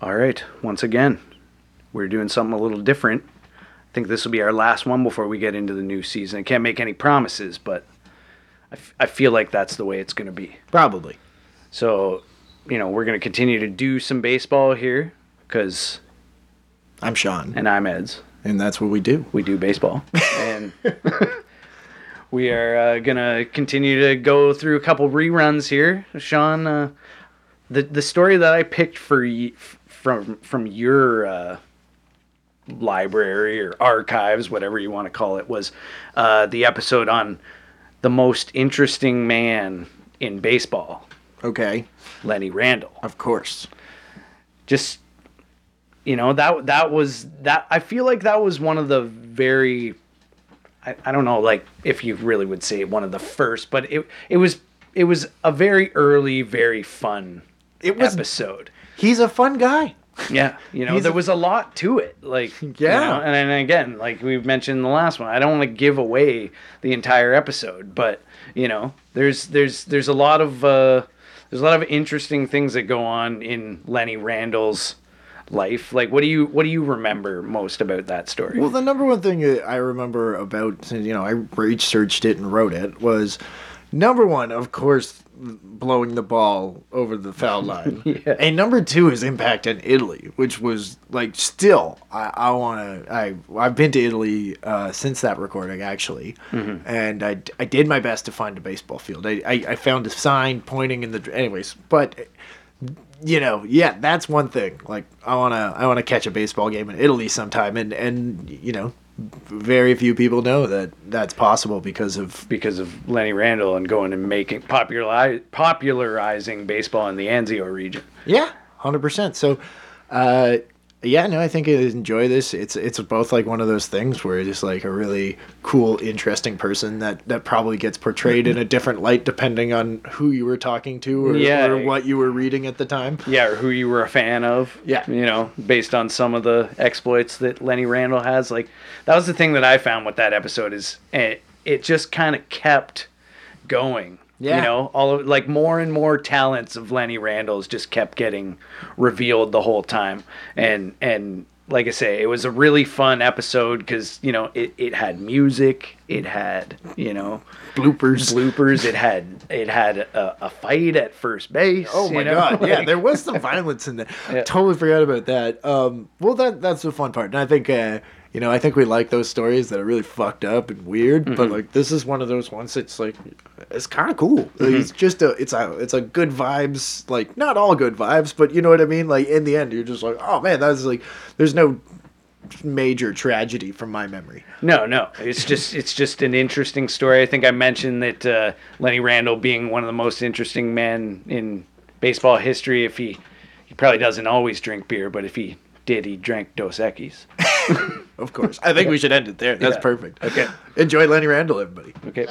All right, once again, we're doing something a little different. I think this will be our last one before we get into the new season. I can't make any promises, but I, f- I feel like that's the way it's going to be. Probably. So, you know, we're going to continue to do some baseball here because, I'm Sean, and I'm Ed's. and that's what we do. we do baseball and we are uh, gonna continue to go through a couple reruns here sean uh, the the story that i picked for y- from from your uh, library or archives whatever you want to call it was uh, the episode on the most interesting man in baseball Okay. lenny randall Of course. just you know that that was that I feel like that was one of the very I, I don't know like if you really would say one of the first but it it was it was a very early very fun It was. episode He's a fun guy. yeah you know He's there a- was a lot to it like you Yeah. know, and, and again like we've mentioned in the last one I don't want to give away the entire episode but you know there's there's there's a lot of uh there's a lot of interesting things that go on in Lenny Randall's life like what do you what do you remember most about that story Well, the number one thing that I remember about, since, you know, I researched it and wrote it, was number one, of course, blowing the ball over the foul line. Yeah. And number two is impact in Italy, which was like still, I, I want to, I, I've been to Italy uh, since that recording actually. And I, d- I did my best to find a baseball field. I, I, I found a sign pointing in the, anyways, but you know, yeah, that's one thing. Like I wanna I wanna catch a baseball game in Italy sometime, and and you know, very few people know that that's possible because of because of Lenny Randall and going and making populari- popularizing baseball in the Anzio region yeah, hundred percent. So, uh, yeah, no, I think I enjoy this. It's it's both like one of those things where it's just like a really cool, interesting person that that probably gets portrayed in a different light depending on who you were talking to or, Yeah. or what you were reading at the time. yeah, or who you were a fan of. Yeah. You know, based on some of the exploits that Lenny Randall has. Like, that was the thing that I found with that episode is it, it just kind of kept going. Yeah. You know, all of like more and more talents of Lenny Randall's just kept getting revealed the whole time. And, and, like I say, it was a really fun episode because, you know, it, it had music, it had, you know, Bloopers. bloopers, it had it had a, a fight at first base. Oh you my know? god! yeah, Like- there was some violence in there. Totally forgot about that. Um, well, that that's the fun part, and I think uh, you know, I think we like those stories that are really fucked up and weird. Mm-hmm. But like, this is one of those ones that's like, it's kind of cool. Like, It's Mm-hmm. just a, it's a, it's a good vibes. Like, not all good vibes, but you know what I mean. Like in the end, you're just like, oh man, that was like, there's no major tragedy from my memory. No, no. It's just it's just an interesting story. I think I mentioned that uh, Lenny Randall being one of the most interesting men in baseball history. If he he probably doesn't always drink beer, but if he did, he drank Dos Equis. Of course, I think we should end it there. That's Yeah. perfect. Okay. Enjoy Lenny Randall, everybody. Okay.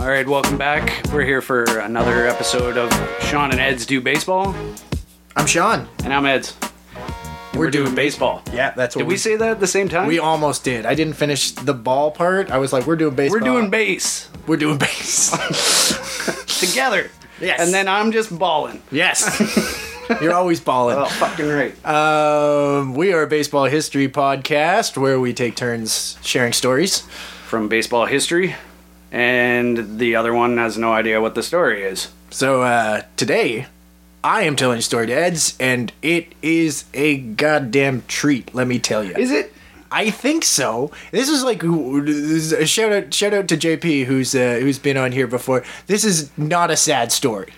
All right, welcome back. We're here for another episode of Sean and Ed's Do Baseball, I'm Sean. and I'm Ed's. We're, Doing baseball. Yeah, that's what Did we say that at the same time? We almost did. I didn't finish the ball part. I was like, we're doing baseball. We're doing base we're doing base. together. Yes. And then I'm just balling. yes. You're always balling. fucking right. Um, we are a baseball history podcast where we take turns sharing stories. From baseball history, and the other one has no idea what the story is. So uh, today, I am telling a story to Eds, and it is a goddamn treat. Let me tell you. Is it? I think so. This is like this is a shout out shout out to JP who's uh, who's been on here before. This is not a sad story.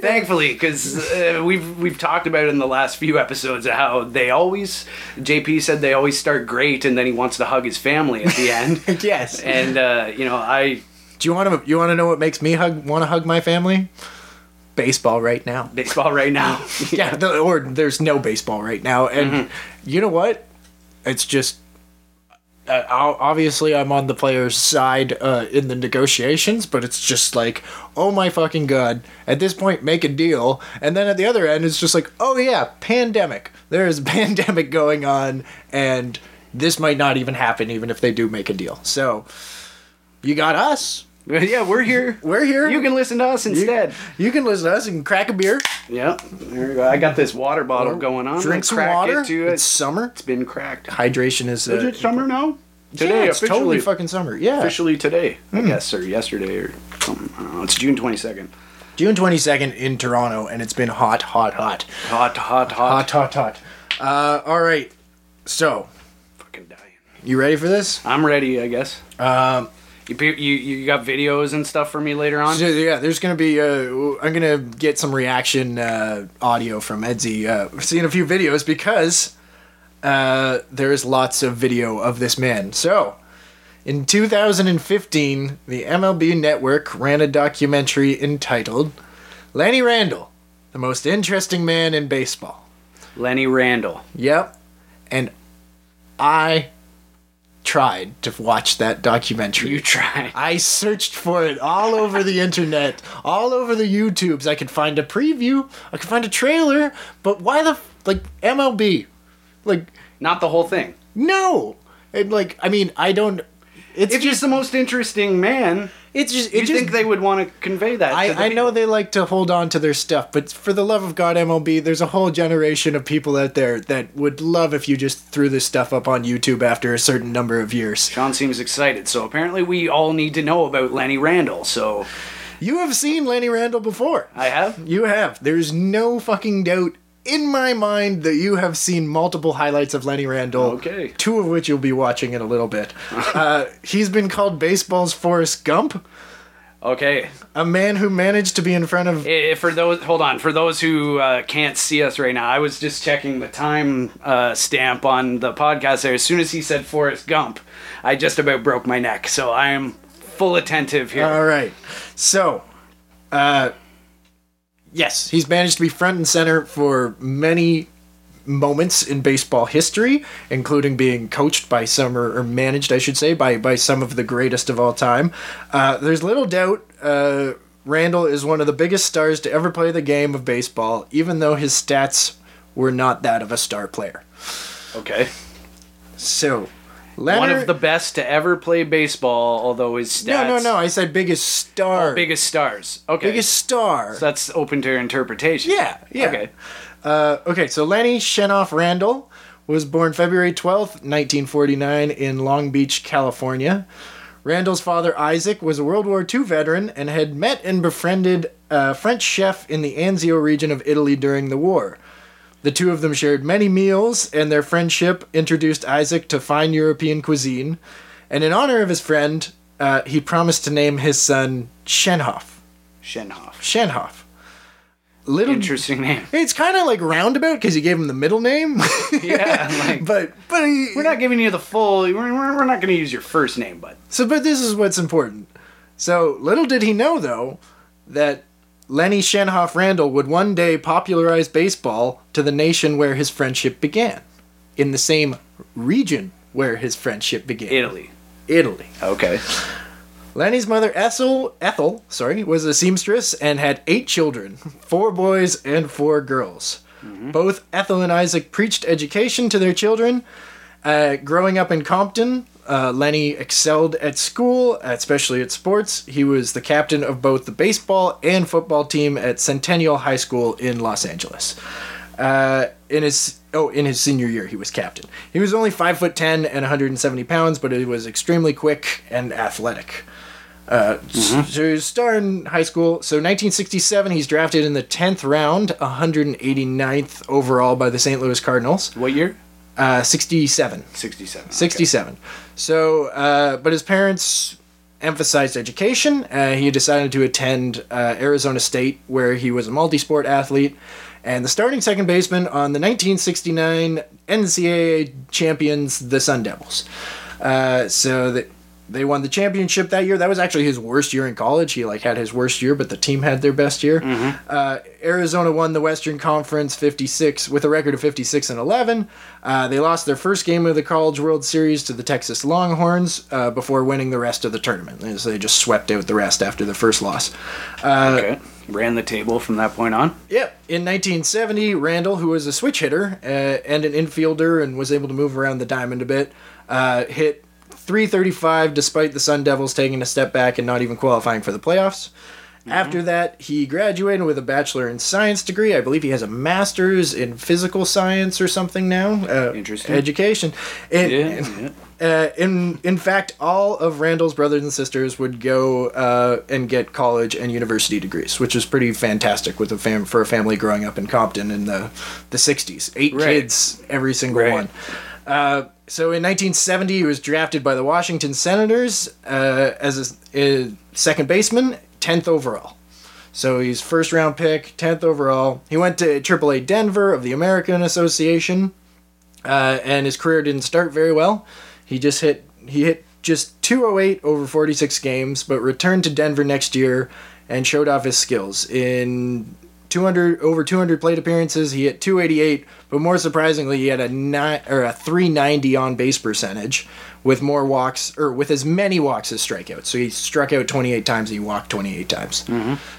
Thankfully, because uh, we've we've talked about in the last few episodes how they always JP said they always start great, and then he wants to hug his family at the end. Yes. And uh, you know, I Do you want to? You want to know what makes me hug? Want to hug my family? Baseball right now. baseball right now. Yeah, the, or there's no baseball right now, and you know what? It's just uh, I'll- obviously I'm on the player's side uh, in the negotiations, but it's just like, oh my fucking god! At this point, make a deal, and then at the other end, it's just like, oh yeah, pandemic. There is a pandemic going on, and this might not even happen, even if they do make a deal. So, you got us. yeah, we're here. We're here. You can listen to us instead. You can listen to us and crack a beer. Yeah, there we go. I got this water bottle going on. Drink I some cracked water. It to it. It's summer. it's been cracked. Hydration is. Is uh, it summer now? yeah, Today, it's officially, totally fucking summer. Yeah. officially today, I Hmm. guess, or yesterday, or something. I don't know. It's June twenty second. June 22nd in Toronto, and it's been hot, hot, hot. Hot, hot, hot, Hot, hot, hot. Uh, all right. So, Fucking dying. you ready for this? I'm ready. I guess. Um, You pe- you you got videos and stuff for me later on. so, yeah, there's going to be, uh, I'm going to get some reaction uh, audio from Edsy. Uh, we've seen a few videos because uh, there is lots of video of this man. So, in 2015, the MLB Network ran a documentary entitled Lanny Randall, the most interesting man in baseball. Lenny Randall. Yep. And I tried to watch that documentary. You try. I searched for it all over the internet, all over the YouTubes. I could find a preview, I could find a trailer, but why the f- like MLB? Like Not the whole thing. no. And like I mean, I don't it's If he's the most interesting man, it's just you it just think they would want to convey that? to the I, I know people. they like to hold on to their stuff, but for the love of God, MLB, there's a whole generation of people out there that would love if you just threw this stuff up on YouTube after a certain number of years. John seems excited, so apparently we all need to know about Lenny Randall. So You have seen Lanny Randall before. I have. You have. There's no fucking doubt in my mind that you have seen multiple highlights of Lenny Randall. Okay. Two of which you'll be watching in a little bit. uh, he's been called baseball's Forrest Gump, Okay. a man who managed to be in front of. Eh, for those, hold on. For those who uh, can't see us right now, I was just checking the time uh, stamp on the podcast. There, as soon as he said Forrest Gump, I just about broke my neck. So I am full attentive here. All right. So, uh, yes, he's managed to be front and center for many moments in baseball history, including being coached by some, or, or managed, I should say, by, by some of the greatest of all time. Uh, there's little doubt uh, Randall is one of the biggest stars to ever play the game of baseball, even though his stats were not that of a star player. okay. So, One Leonard, of the best to ever play baseball, although his stats. no, no, no. I said biggest star, Biggest stars. Okay. biggest star. So that's open to interpretation. Yeah, yeah. Okay. Uh, okay, so Lenny Shenoff Randall was born February 12th, 1949, in Long Beach, California. Randall's father, Isaac, was a World War II veteran and had met and befriended a French chef in the Anzio region of Italy during the war. The two of them shared many meals, and their friendship introduced Isaac to fine European cuisine. And in honor of his friend, uh, he promised to name his son Shenhoff. Shenhoff. Shenhoff. Little Interesting name. it's kind of like roundabout because you gave him the middle name, Yeah. Like, but but he, we're not giving you the full. We're, we're we're not going to use your first name, but so but this is what's important. So little did he know though that Lenny Shenhoff Randall would one day popularize baseball to the nation where his friendship began, in the same region where his friendship began, Italy. Italy. Okay. Lenny's mother Ethel, Ethel, sorry, was a seamstress and had eight children, four boys and four girls. Both Ethel and Isaac preached education to their children. Uh, growing up in Compton, uh, Lenny excelled at school, especially at sports. He was the captain of both the baseball and football team at Centennial High School in Los Angeles. Uh, in his oh, in his senior year, he was captain. He was only five foot ten and 170 pounds, but he was extremely quick and athletic. So he was a star in high school. So 1967, he's drafted in the 10th round, 189th overall by the St. Louis Cardinals. What year? Uh, 67. 67. 67. So, uh, but his parents emphasized education. Uh, he decided to attend uh, Arizona State, where he was a multi sport athlete and the starting second baseman on the 1969 NCAA champions, the Sun Devils. Uh, so that they won the championship that year. That was actually his worst year in college. He like had his worst year, but the team had their best year. Uh, Arizona won the Western Conference 56 with a record of 56 and 11. Uh, they lost their first game of the College World Series to the Texas Longhorns uh, before winning the rest of the tournament. And so they just swept out the rest after the first loss. Okay. Ran the table from that point on. Yep. In 1970, Randall, who was a switch hitter uh, and an infielder and was able to move around the diamond a bit, uh, hit 335 despite the Sun Devils taking a step back and not even qualifying for the playoffs. Mm-hmm. After that, he graduated with a bachelor in science degree. I believe he has a master's in physical science or something now. Uh, Interesting. Education. And- Yeah, yeah. uh, in in fact, all of Randall's brothers and sisters would go uh, and get college and university degrees, which is pretty fantastic with a fam for a family growing up in Compton in the the '60s. Eight Right. kids, every single Right. one. Uh, so in 1970, he was drafted by the Washington Senators uh, as a, a second baseman, 10th overall. So he's first round pick, 10th overall. He went to AAA Denver of the American Association, uh, and his career didn't start very well. He just hit he hit just 208 over 46 games, but returned to Denver next year and showed off his skills. In 200 over 200 plate appearances, he hit 288, but more surprisingly, he had a nine or a 390 on base percentage with more walks or with as many walks as strikeouts. So he struck out 28 times, he walked 28 times.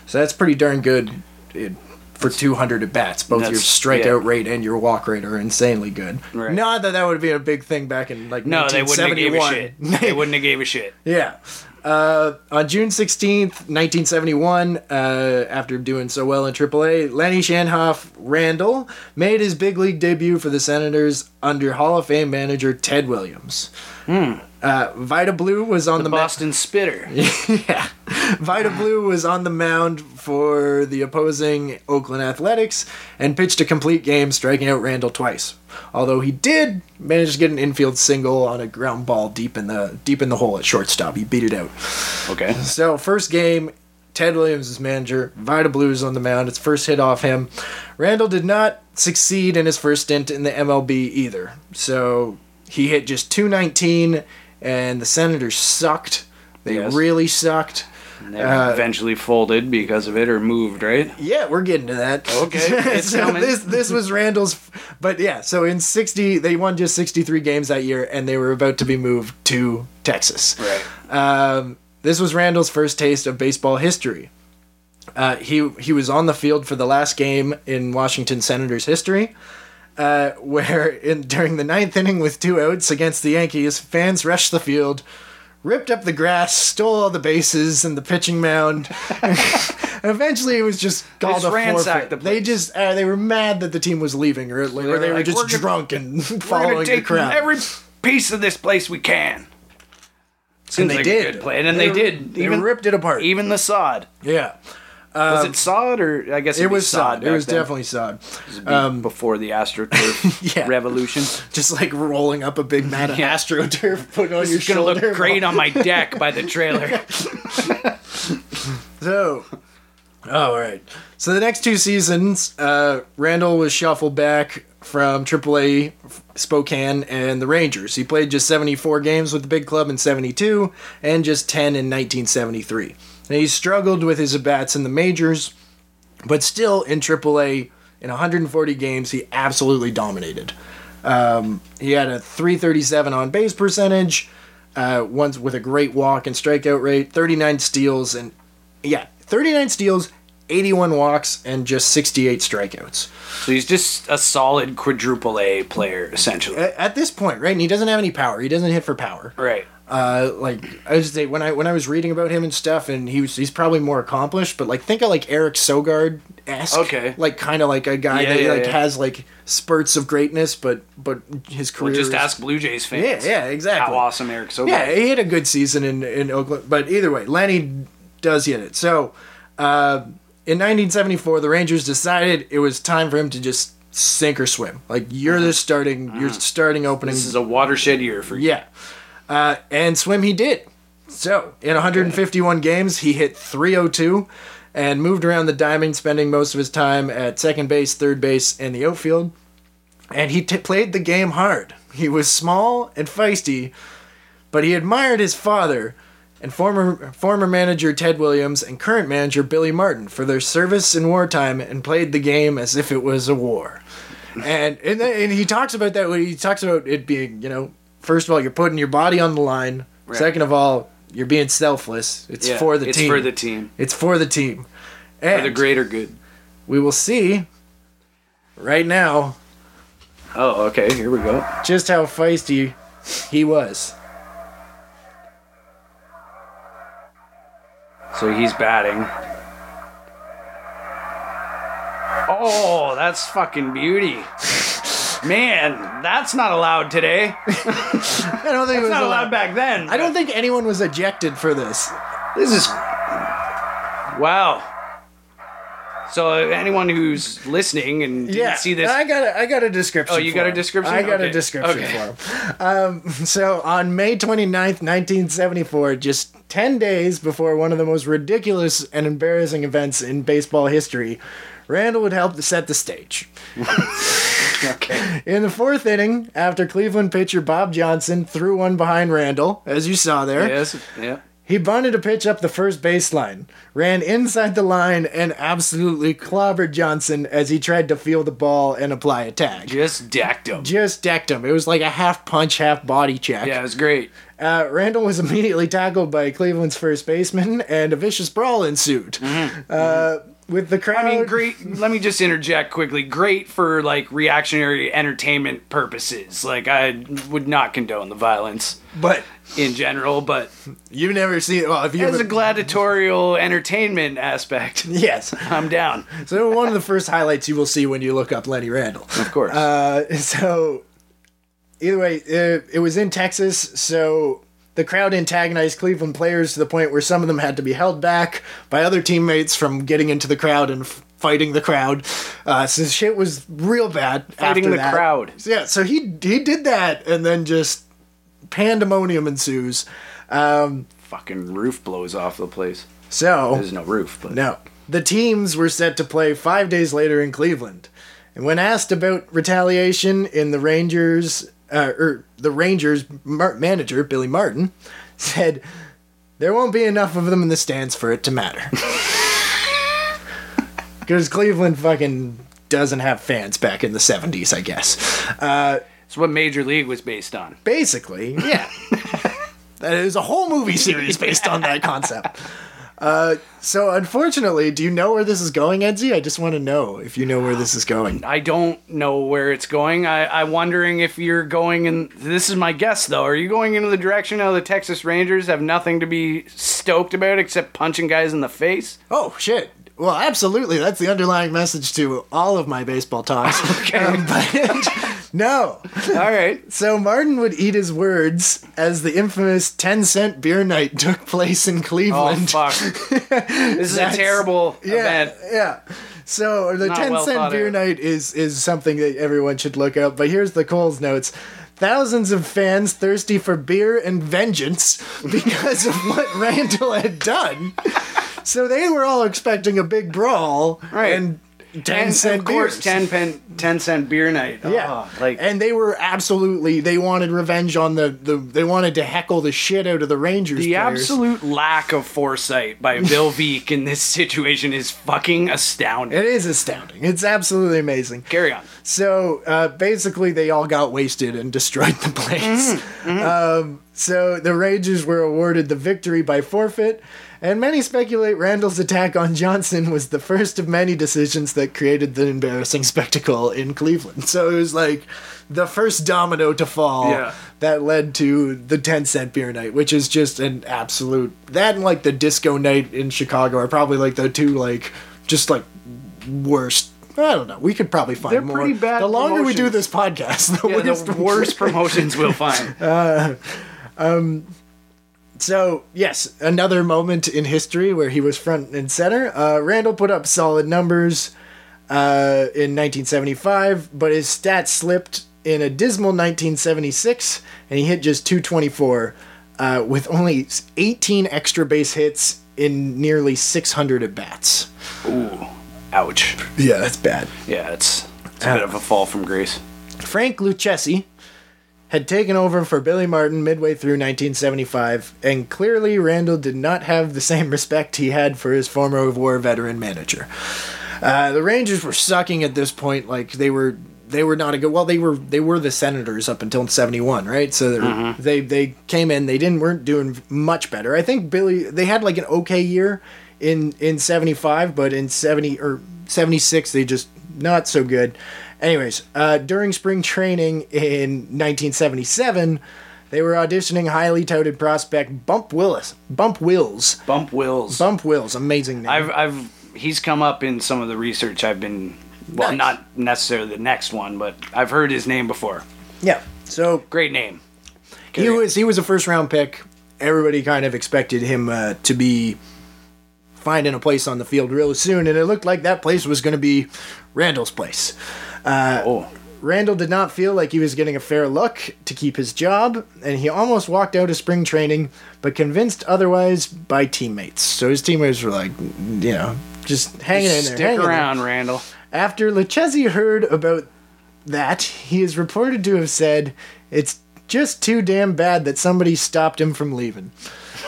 So that's pretty darn good. It, for 200 at bats, both your That's- strikeout yeah. rate and your walk rate are insanely good. Right. Not that that would be a big thing back in like No, they wouldn't have gave a 1971. shit. They wouldn't have gave a shit. yeah. Uh, on June 16th, 1971, uh, after doing so well in AAA, Lenny Shanhoff Randall made his big league debut for the Senators under Hall of Fame manager Ted Williams. Hmm. Uh, Vita Blue was on the, ma- Boston Spitter. yeah. Vita Blue was on the mound for the opposing Oakland Athletics and pitched a complete game, striking out Randall twice. Although he did manage to get an infield single on a ground ball deep in the deep in the hole at shortstop. He beat it out. Okay. So first game, Ted Williams is manager. Vita Blues on the mound. It's first hit off him. Randall did not succeed in his first stint in the MLB either. So he hit just 219, and the Senators sucked. They Yes. really sucked. And they Uh, eventually folded because of it or moved, right? Yeah, we're getting to that. Okay, it's so coming. this this was Randall's, but yeah. So in sixty, they won just sixty three games that year, and they were about to be moved to Texas. Right. Um, this was Randall's first taste of baseball history. Uh, he he was on the field for the last game in Washington Senators history, uh, where in during the ninth inning with two outs against the Yankees, fans rushed the field, ripped up the grass, stole all the bases and the pitching mound. Eventually, it was just called just a forfeit. ransacked the they place. just uh, they were mad that the team was leaving, or, or they were, were like, just "We're gonna- drunk and We're gonna following the take crowd. every piece of this place we can. Seems they like did. A good plan. And they, did. They even ripped it apart. even the sod. yeah. Was it sod or I guess it'd It be was sod. It back was then. definitely sod. It'd be before the astroturf Yeah. revolution. Just like rolling up a big mat of astroturf, put on your It's gonna shoulder. look great on my deck by the trailer. So, oh, all right. So the next two seasons, uh, Randall was shuffled back from AAA Spokane and the Rangers. He played just 74 games with the big club in 72 and just 10 in 1973. And he struggled with his at-bats in the majors, but still in AAA in 140 games, he absolutely dominated. Um, He had a 337 on base percentage, uh, once with a great walk and strikeout rate, 39 steals, and yeah, 39 steals, 81 walks, and just 68 strikeouts. so he's just a solid quadruple A player, essentially. A- At this point, right? And he doesn't have any power. He doesn't hit for power. right. Uh, like I was say when I when I was reading about him and stuff, and he was he's probably more accomplished. But like think of like Eric Sogard esque, Okay. like kind of like a guy Yeah, that yeah, like yeah. has like spurts of greatness, but but his career. Well, just is- ask Blue Jays Yeah, fans. yeah, exactly. How awesome Eric Sobel. Yeah, he had a good season in, in Oakland. But either way, Lenny does hit it. So uh, in 1974, the Rangers decided it was time for him to just sink or swim. Like you're the starting, you're starting opening. Mm-hmm. This is a watershed year for you. yeah, uh, and swim he did. So in 151 games, he hit 302. And moved around the diamond, spending most of his time at second base, third base, and the outfield. And he t- played the game hard. He was small and feisty, but he admired his father and former former manager Ted Williams and current manager Billy Martin for their service in wartime and played the game as if it was a war. And and, then, and he talks about that when he talks about it being, you know, first of all, you're putting your body on the line. Right. Second of all, you're being selfless. It's Yeah, for the it's team. for the team. it's for the team. And For the greater good. we will see right now Oh, okay. Here we go. just how feisty he was. So he's batting. Oh, that's fucking beauty. Man, that's not allowed today. It's I don't think it was not allowed. allowed back then. I don't think anyone was ejected for this. This is. Wow. So uh, anyone who's listening and didn't see this, I got a, I got a description. Oh, you for got a him. description? I got Okay. a description Okay. for him. Um, so on May 29th, 1974, just 10 days before one of the most ridiculous and embarrassing events in baseball history, Randall would help to set the stage. okay. In the fourth inning, after Cleveland pitcher Bob Johnson threw one behind Randall, as you saw there, Yes. Yeah. he bunted a pitch up the first baseline, ran inside the line, and absolutely clobbered Johnson as he tried to feel the ball and apply a tag Just decked him. just decked him. It was like a half punch, half body check. Yeah, it was great. Uh, Randall was immediately tackled by Cleveland's first baseman, and a vicious brawl ensued. Uh, with the crowd, I mean, great. Let me just interject quickly. Great for like reactionary entertainment purposes. Like, I would not condone the violence but in general, but you've never seen. Well, if you as a ever, gladiatorial entertainment aspect, yes, I'm down. so one of the first highlights you will see when you look up Lenny Randall. Of course. Uh, so either way, uh, it, it was in Texas, so the crowd antagonized Cleveland players to the point where some of them had to be held back by other teammates from getting into the crowd and f- fighting the crowd. Uh, so shit was real bad. Fighting after the that. crowd. Yeah, so he he did that, and then just pandemonium ensues. Um, Fucking roof blows off the place. so There's no roof, but no. The teams were set to play five days later in Cleveland. And when asked about retaliation in the Rangers, uh, or the Rangers mar- manager, Billy Martin, said, There won't be enough of them in the stands for it to matter. Because Cleveland fucking doesn't have fans back in the 70s, I guess. Uh, it's what Major League was based on. basically, yeah. that is a whole movie series based on that concept. Uh, so unfortunately, do you know where this is going, Edsy? I just want to know if you know where this is going. I don't know where it's going. I, I'm wondering if you're going in. This is my guess, though. Are you going into the direction of the Texas Rangers have nothing to be stoked about except punching guys in the face? Oh shit. Well, absolutely. That's the underlying message to all of my baseball talks. Okay. but no. All right. So Martin would eat his words as the infamous 10 cent beer night took place in Oh Cleveland. fuck! This is a That's- terrible Yeah, event. yeah. So the Not ten cent well thought beer out. night is is something that everyone should look up. But here's the Coles notes. Thousands of fans thirsty for beer and vengeance because of what Randall had done. So they were all expecting a big brawl Right. and ten And cent of course, beers. 10, pen, 10 cent beer night. yeah, Oh, like and they were absolutely they wanted revenge on the, the they wanted to heckle the shit out of the Rangers. the players. absolute lack of foresight by Bill Veeck in this situation is fucking astounding. it is astounding. It's absolutely amazing. Carry on. So uh, basically, they all got wasted and destroyed the place. Um, so the Rangers were awarded the victory by forfeit, and many speculate Randall's attack on Johnson was the first of many decisions that created the embarrassing spectacle in Cleveland. So it was like the first domino to fall Yeah. that led to the 10 cent beer night, which is just an absolute. That and like the disco night in Chicago are probably like the two, like, just like worst. I don't know. We could probably find They're more. pretty bad the longer we do promotions. this podcast, the Yeah, worst. the worst promotions we'll find. So yes, another moment in history where he was front and center. Uh, Randall put up solid numbers uh, in 1975, but his stats slipped in a dismal 1976, and he hit just 224 uh, with only 18 extra base hits in nearly 600 at bats. Ooh, ouch. Yeah, that's bad. Yeah, it's, it's a bit of a fall from grace. Frank Lucchesi had taken over for Billy Martin midway through 1975, and clearly Randall did not have the same respect he had for his former war veteran manager. Uh, the Rangers were sucking at this point. Like they were, they were not a good. Well, they were, they were the Senators up until '71, right? So they were- they they came in. They didn't weren't doing much better. I think Billy. They had like an okay year in in '75, but in '70 or '76 they just not so good. Anyways, uh, during spring training in 1977, they were auditioning highly touted prospect Bump Willis. Bump Wills. Bump Wills. Bump Wills. Amazing name. I've, I've he's come up in some of the research I've been. Well, Nice. not necessarily the next one, but I've heard his name before. yeah. So Great name. he was he was a first round pick. Everybody kind of expected him uh, to be finding a place on the field real soon, and it looked like that place was going to be Randall's place. oh, Randall did not feel like he was getting a fair look to keep his job, and he almost walked out of spring training, but convinced otherwise by teammates. So his teammates were like, you know, just hanging in there. stick hanging in there. around, Randall. After Lucchesi heard about that, he is reported to have said, It's just too damn bad that somebody stopped him from leaving.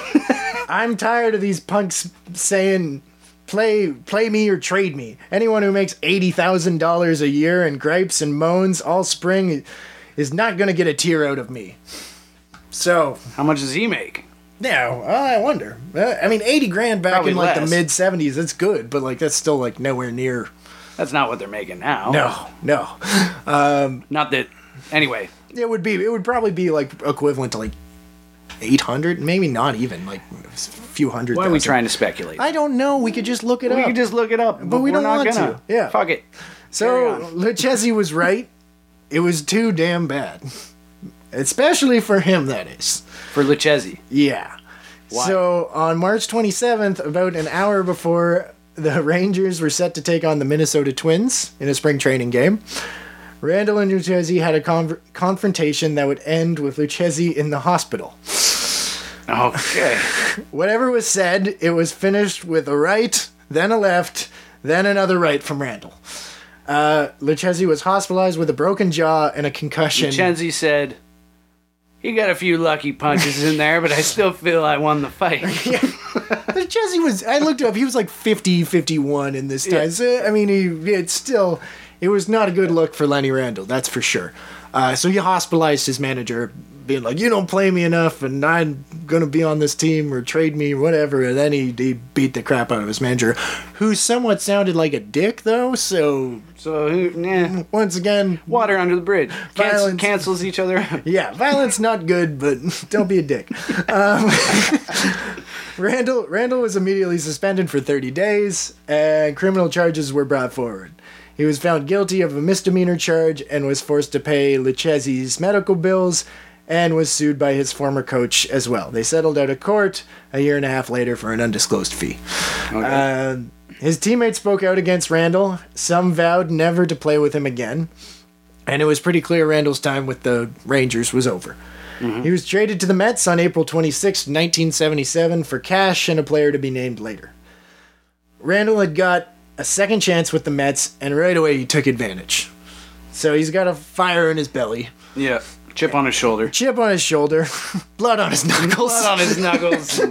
I'm tired of these punks saying, Play, play me or trade me. Anyone who makes $80,000 a year and gripes and moans all spring is not going to get a tear out of me. So, How much does he make? now, I wonder. Uh, I mean, 80 grand back Probably in like less. the mid 70s, that's good, but like that's still like nowhere near. That's not what they're making now. No, no. Not that. Anyway, it would be it would probably be like equivalent to like 800 maybe not even like a few hundred why are we thousand. trying to speculate? i don't know we could just look it we up can just look it up, but, we we're don't not want gonna. to. Yeah. Fuck it. carry so on. lucchesi was right it was too damn bad especially for him that is For Lucchesi. yeah Why? so on march 27th about an hour before the rangers were set to take on the minnesota twins in a spring training game Randall and Lucchesi had a con- confrontation that would end with Lucchesi in the hospital. Okay. Whatever was said, it was finished with a right, then a left, then another right from Randall. Uh, Lucchesi was hospitalized with a broken jaw and a concussion. Lucchesi said, "He got a few lucky punches in there, but I still feel I won the fight." Lucchesi was, I looked up, he was like 50, 51 in this time. So, I mean, he, it's still, it was not a good look for Lenny Randall, that's for sure. Uh, so he hospitalized his manager, being like, you don't play me enough and I'm going to be on this team or trade me, whatever. And then he, he beat the crap out of his manager, who somewhat sounded like a dick, though, so So, who- nah. once again, water under the bridge. Cancel, Violence. cancels each other out. yeah, violence not good, but don't be a dick. Um, Randall Randall was immediately suspended for 30 days, and criminal charges were brought forward. He was found guilty of a misdemeanor charge and was forced to pay Lucchesi's medical bills and was sued by his former coach as well. They settled out of court a year and a half later for an undisclosed fee. Uh, his teammates spoke out against Randall. Some vowed never to play with him again. And it was pretty clear Randall's time with the Rangers was over. He was traded to the Mets on April 26, 1977, for cash and a player to be named later. Randall had got a second chance with the Mets, and right away he took advantage. So he's got a fire in his belly, yeah. Chip on his shoulder. chip on his shoulder, blood on his knuckles. Blood on his knuckles.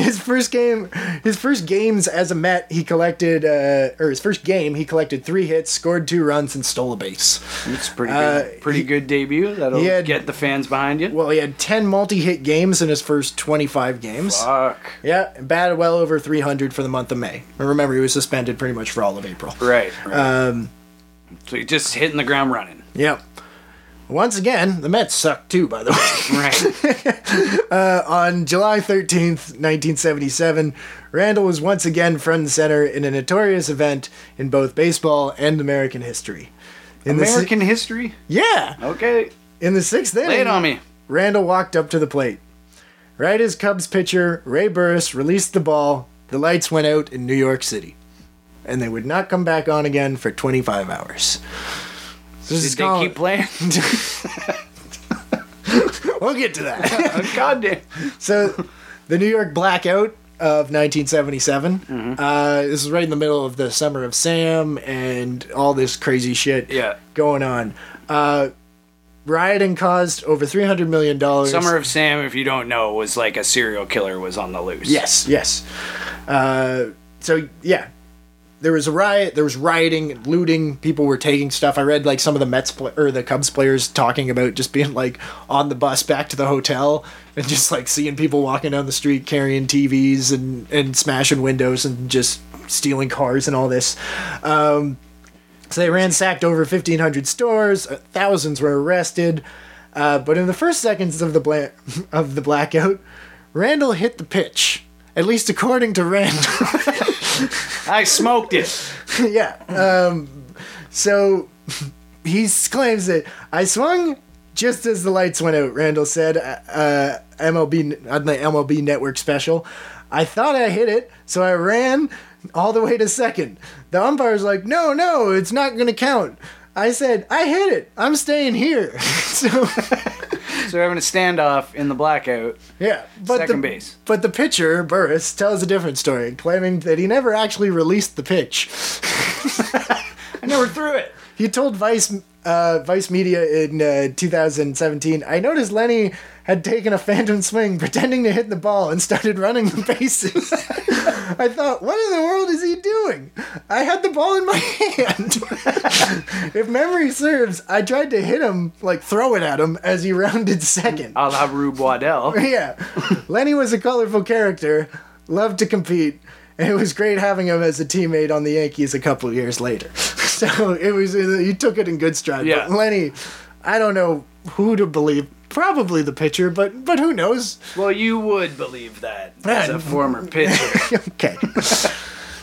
his first game, his first games as a Met, he collected, uh, or his first game, he collected three hits, scored two runs, and stole a base. it's pretty good. Uh, pretty good debut. That'll he had- get the fans behind you. Well, he had 10 multi hit games in his first 25 games. Fuck. Yeah, and batted well over 300 for the month of May. And remember, he was suspended pretty much for all of April. Right. Um. So you're just hitting the ground running. Yep. Once again, the Mets sucked too, by the way. Right. On July 13th, 1977, Randall was once again front and center in a notorious event in both baseball and American history. In the si- American history. yeah! Okay. In the sixth inning. Lay it on me. Randall walked up to the plate. Right as Cubs pitcher Ray Burris released the ball, the lights went out in New York City. And they would not come back on again for 25 hours. This Did is they Colin. keep playing? We'll get to that. Goddamn. so, the New York blackout of 1977. Mm-hmm. Uh, this is right in the middle of the summer of Sam and all this crazy shit Yeah. going on. Uh, rioting caused over three hundred million dollars. Summer of Sam, if you don't know, was like a serial killer was on the loose. Yes, yes. Uh, so yeah, there was a riot. There was rioting, looting. People were taking stuff. I read like some of the Mets pla or the Cubs players talking about just being like on the bus back to the hotel and just like seeing people walking down the street carrying TVs and and smashing windows and just stealing cars and all this. Um, so they ransacked over 1,500 stores. Uh, Thousands were arrested. Uh, but in the first seconds of the bla- of the blackout, Randall hit the pitch. At least according to Randall. I smoked it. yeah. Um, so he claims that I swung just as the lights went out. Randall said, uh, "MLB on the MLB Network special, I thought I hit it, so I ran all the way to second. The umpire's like, no, no, it's not going to count." I said, "I hit it. I'm staying here." so. So they're having a standoff in the blackout. Yeah, but Second the, base. But the pitcher Burris tells a different story, claiming that he never actually released the pitch. I never threw it. He told Vice uh, Vice Media in uh, 2017, "I noticed Lenny had taken a phantom swing, pretending to hit the ball, and started running the bases. I thought, what in the world is he doing? I had the ball in my hand. if memory serves, I tried to hit him, like throw it at him, as he rounded second. A la Rube Waddell. Yeah. Lenny was a colorful character, loved to compete, and it was great having him as a teammate on the Yankees a couple years later. So it was he took it in good stride. Yeah. But Lenny, I don't know who to believe. Probably the pitcher, but but who knows? Well, you would believe that as a Man. former pitcher. okay.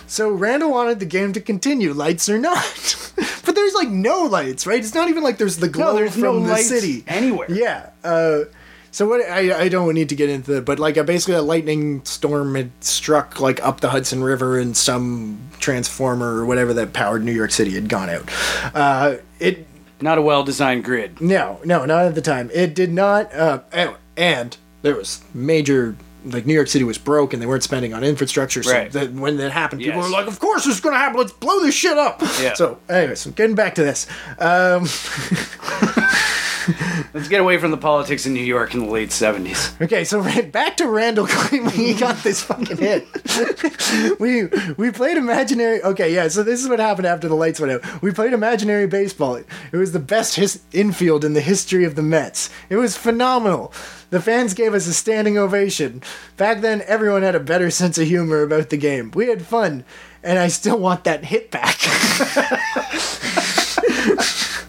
so Randall wanted the game to continue, lights or not. but there's like no lights, right? It's not even like there's the glow there's from no the lights city anywhere. Yeah. Uh, so what? I, I don't need to get into it, but like a, basically a lightning storm had struck like up the Hudson River and some transformer or whatever that powered New York City had gone out. Uh, it Not a well-designed grid. no, no, not at the time. It did not. Uh, and- and there was major. Like New York City was broke and they weren't spending on infrastructure. So Right. that when that happened, people Yes. were like, "Of course, it's going to happen. Let's blow this shit up." Yeah. So, anyways, I'm getting back to this. Um, Let's get away from the politics in New York in the late 70s. Okay, so Rand- back to Randall claiming he got this fucking hit. we we played imaginary. Okay, yeah. So this is what happened after the lights went out. We played imaginary baseball. It was the best his- infield in the history of the Mets. It was phenomenal. The fans gave us a standing ovation. Back then, everyone had a better sense of humor about the game. We had fun, and I still want that hit back.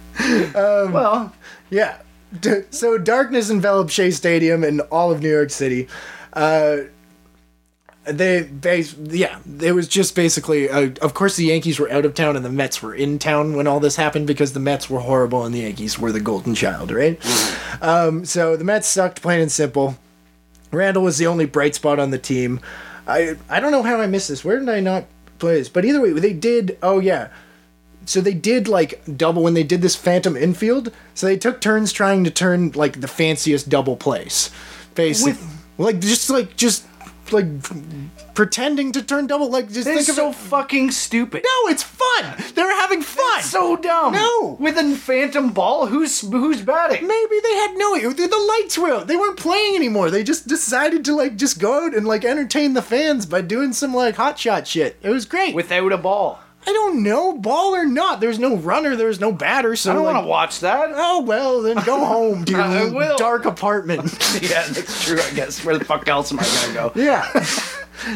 Well, Yeah. D- so darkness enveloped Shea Stadium and all of New York City. Uh, they base yeah, it was just basically. Uh, of course, the Yankees were out of town and the Mets were in town when all this happened because the Mets were horrible and the Yankees were the golden child, right? Um, so the Mets sucked, plain and simple. Randall was the only bright spot on the team. I I don't know how I missed this. Where did I not play this? But either way, they did. Oh yeah, so they did like double when they did this phantom infield. So they took turns trying to turn like the fanciest double plays, basically. like just like just like pretending to turn double. Like this just think is of so it. fucking stupid. No, it's fun. They're having fun. So dumb. No. With a phantom ball, who's who's batting? Maybe they had no. The the lights were out. They weren't playing anymore. They just decided to like just go out and like entertain the fans by doing some like hot shot shit. It was great. Without a ball. I don't know, ball or not. There's no runner. There's no batter. So I don't like, want to watch that. Oh well, then go home to I will. your dark apartment. yeah, that's true, I guess. Where the fuck else am I gonna go? yeah.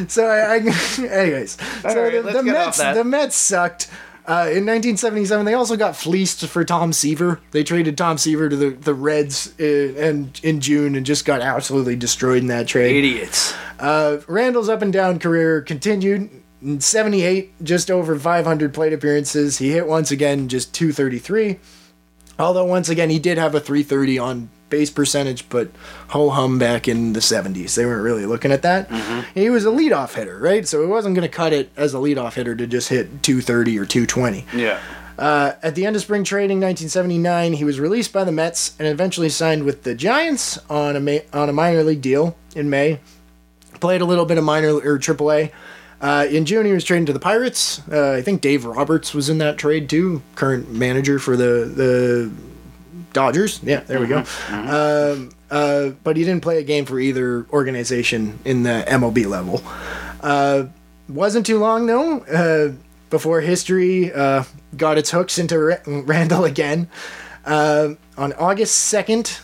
so I, I anyways. so right, the, let's the get off Mets that. the Mets sucked. Uh, in 1977, they also got fleeced for Tom Seaver. They traded Tom Seaver to the the Reds in, and in June and just got absolutely destroyed in that trade. Idiots. Uh, Randall's up and down career continued. In 78, just over 500 plate appearances. He hit once again, just 233. Although, once again, he did have a 330 on base percentage, but ho hum back in the 70s. They weren't really looking at that. And he was a leadoff hitter, right? So it wasn't going to cut it as a leadoff hitter to just hit 230 or 220. Yeah. Uh, at the end of spring trading 1979, he was released by the Mets and eventually signed with the Giants on a ma- on a minor league deal in May. Played a little bit of minor or AAA. Uh, in June, he was traded to the Pirates. Uh, I think Dave Roberts was in that trade too, current manager for the the Dodgers. Yeah, there we go. Um, uh, but he didn't play a game for either organization in the MLB level. Uh, wasn't too long though uh, before history uh, got its hooks into Ra- Randall again. Uh, on August second,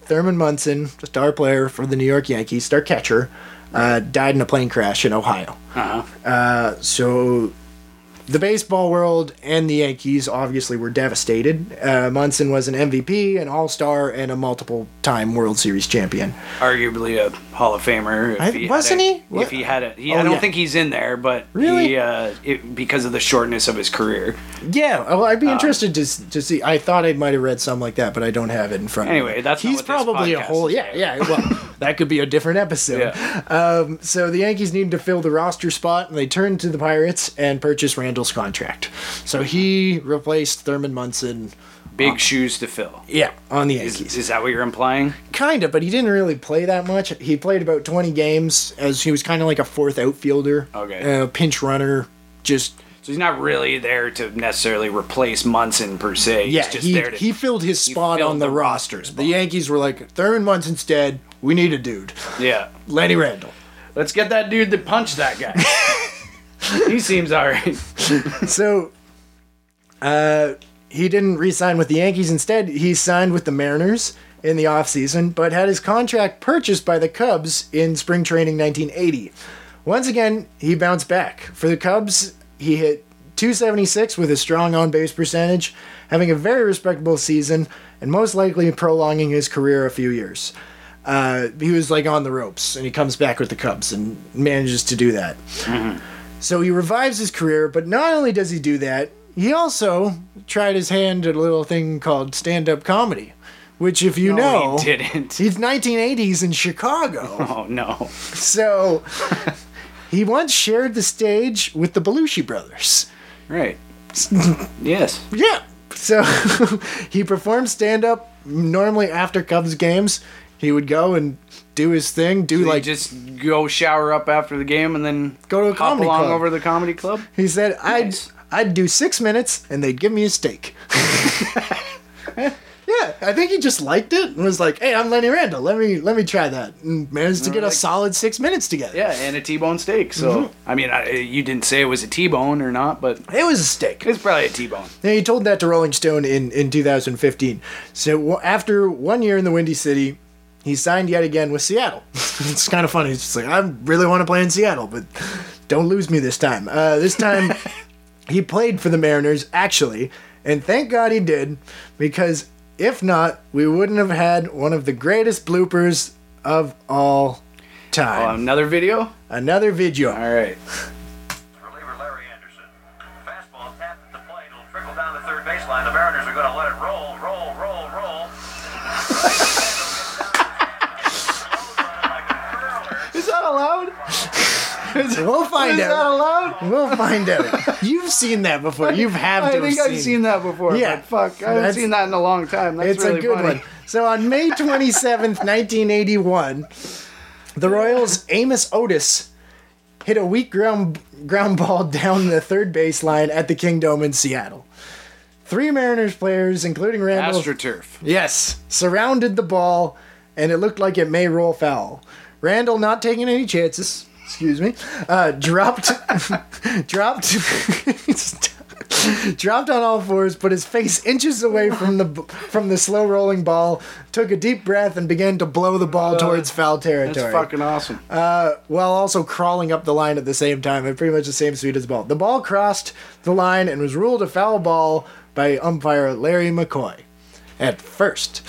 Thurman Munson, a star player for the New York Yankees, star catcher, uh, died in a plane crash in Ohio. Uh-huh. Uh, So the baseball world and the Yankees obviously were devastated. Uh, Munson was an MVP, an All Star, and a multiple time World Series champion. Arguably a Hall of Famer. If I- had wasn't a- he? If What- he had it, he, Oh, I don't yeah. think he's in there, but Really? he, uh, it, because of the shortness of his career. Yeah, well, I'd be Um, interested to s- to see. I thought I might have read something like that, but I don't have it in front. of me. Anyway, that's not he's what this probably a podcast whole. is Yeah, yeah. Well, that could be a different episode. Um, so the Yankees needed to fill the roster spot, and they turned to the Pirates and purchased Randall's contract. So he replaced Thurman Munson. Big shoes to fill. Yeah, on the Is, Yankees. is that what you're implying? kind of, but he didn't really play that much. He played about 20 games as he was kind of like a fourth outfielder, Okay. uh, pinch runner, just So he's not really there to necessarily replace Munson per se. yeah. he's just he there to, he filled his spot filled on the, the rosters. The Yankees were like Thurman Munson's dead. We need a dude, yeah. Lenny Randall. Let's get that dude that punched that guy. he seems alright. so, uh, he didn't re-sign with the Yankees. Instead, he signed with the Mariners in the offseason, but had his contract purchased by the Cubs in spring training 1980. Once again, he bounced back. For the Cubs, he hit 276 with a strong on-base percentage, having a very respectable season, and most likely prolonging his career a few years. Uh, he was like on the ropes, and he comes back with the Cubs and manages to do that. Mm-hmm. So he revives his career, but not only does he do that, he also tried his hand at a little thing called stand up comedy, which, if you know, he didn't. it's 1980s in Chicago. Oh no. so he once shared the stage with the Belushi brothers. Right. yes. Yeah. So he performed stand up normally after Cubs games. He would go and do his thing, do Like like just go shower up after the game and then Go to a hop comedy along club. over to the comedy club. he said I'd Nice. I'd do six minutes and they'd give me a steak. yeah, I think he just liked it and was like, "Hey, I'm Lenny Randall. Let me let me try that." And managed to get a like- solid six minutes together. Yeah, and a T-bone steak. So I mean, I, you didn't say it was a T-bone or not, but It was a steak. it's probably a T-bone. Yeah, he told that to Rolling Stone in, in 2015. So w- after one year in the Windy City, he signed yet again with Seattle. it's kind of funny. He's just like, I really want to play in Seattle, but don't lose me this time. Uh, this time, he played for the Mariners, actually. And thank God he did, because if not, we wouldn't have had one of the greatest bloopers of all time. Another video. Another video. All right. reliever Larry Anderson. Fastball tapped at the plate. It'll trickle down the third baseline. The Mariners are going to let it roll, roll, roll, roll. Is that allowed? We'll Is find that out. allowed? We'll find out. You've seen that before. You have I to think have I've seen that before. Yeah. Yeah. But fuck, I haven't That's- seen that in a long time. That's It's really a good funny. one. So on May 27th, 1981, the Royals' Amos Otis hit a weak ground ground ball down the third baseline at the Kingdom in Seattle. Three Mariners players, including Randall, AstroTurf. yes, surrounded the ball, and it looked like it may roll foul. Randall, not taking any chances, excuse me, uh, dropped, dropped, dropped on all fours, put his face inches away from the from the slow rolling ball. Took a deep breath and began to blow the ball towards foul territory Uh, That's fucking awesome. Uh, while also crawling up the line at the same time at pretty much the same speed as the ball. The ball crossed the line and was ruled a foul ball by umpire Larry McCoy. At first.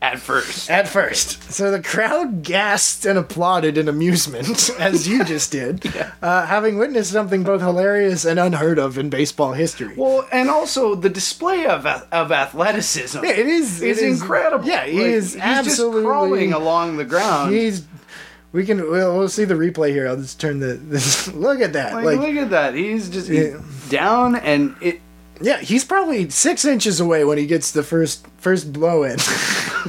At first. At first. So the crowd gasped and applauded in amusement, as you just did, uh, having witnessed something both hilarious and unheard of in baseball history. Well, and also the display of ath- of athleticism. it is- is it is- incredible. yeah, he is he's absolutely- just crawling along the ground. He's. We can. We'll, we'll see the replay here. I'll just turn the. This, look at that. like, like look at that. He's just he's down and it. Yeah, he's probably six inches away when he gets the first first blow in.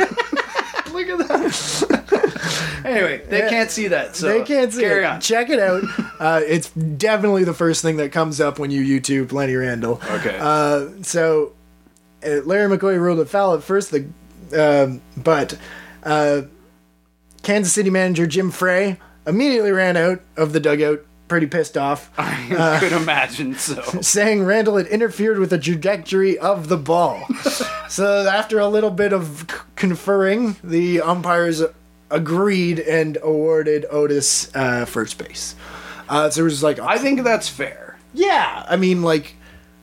Look at that. anyway, they can't see that. So they can't see carry it. on. Check it out. uh, it's Uh, definitely the first thing that comes up when you YouTube Lenny Randall. Okay. Uh, so uh, Larry McCoy ruled it foul at first. The um, but uh, Kansas City manager Jim Frey immediately ran out of the dugout, pretty pissed off, I could uh, imagine so. saying Randall had interfered with the trajectory of the ball. so after a little bit of c- conferring, the umpires agreed and awarded Otis uh, first base. Uh, so it was like I think that's fair. yeah, I mean, like,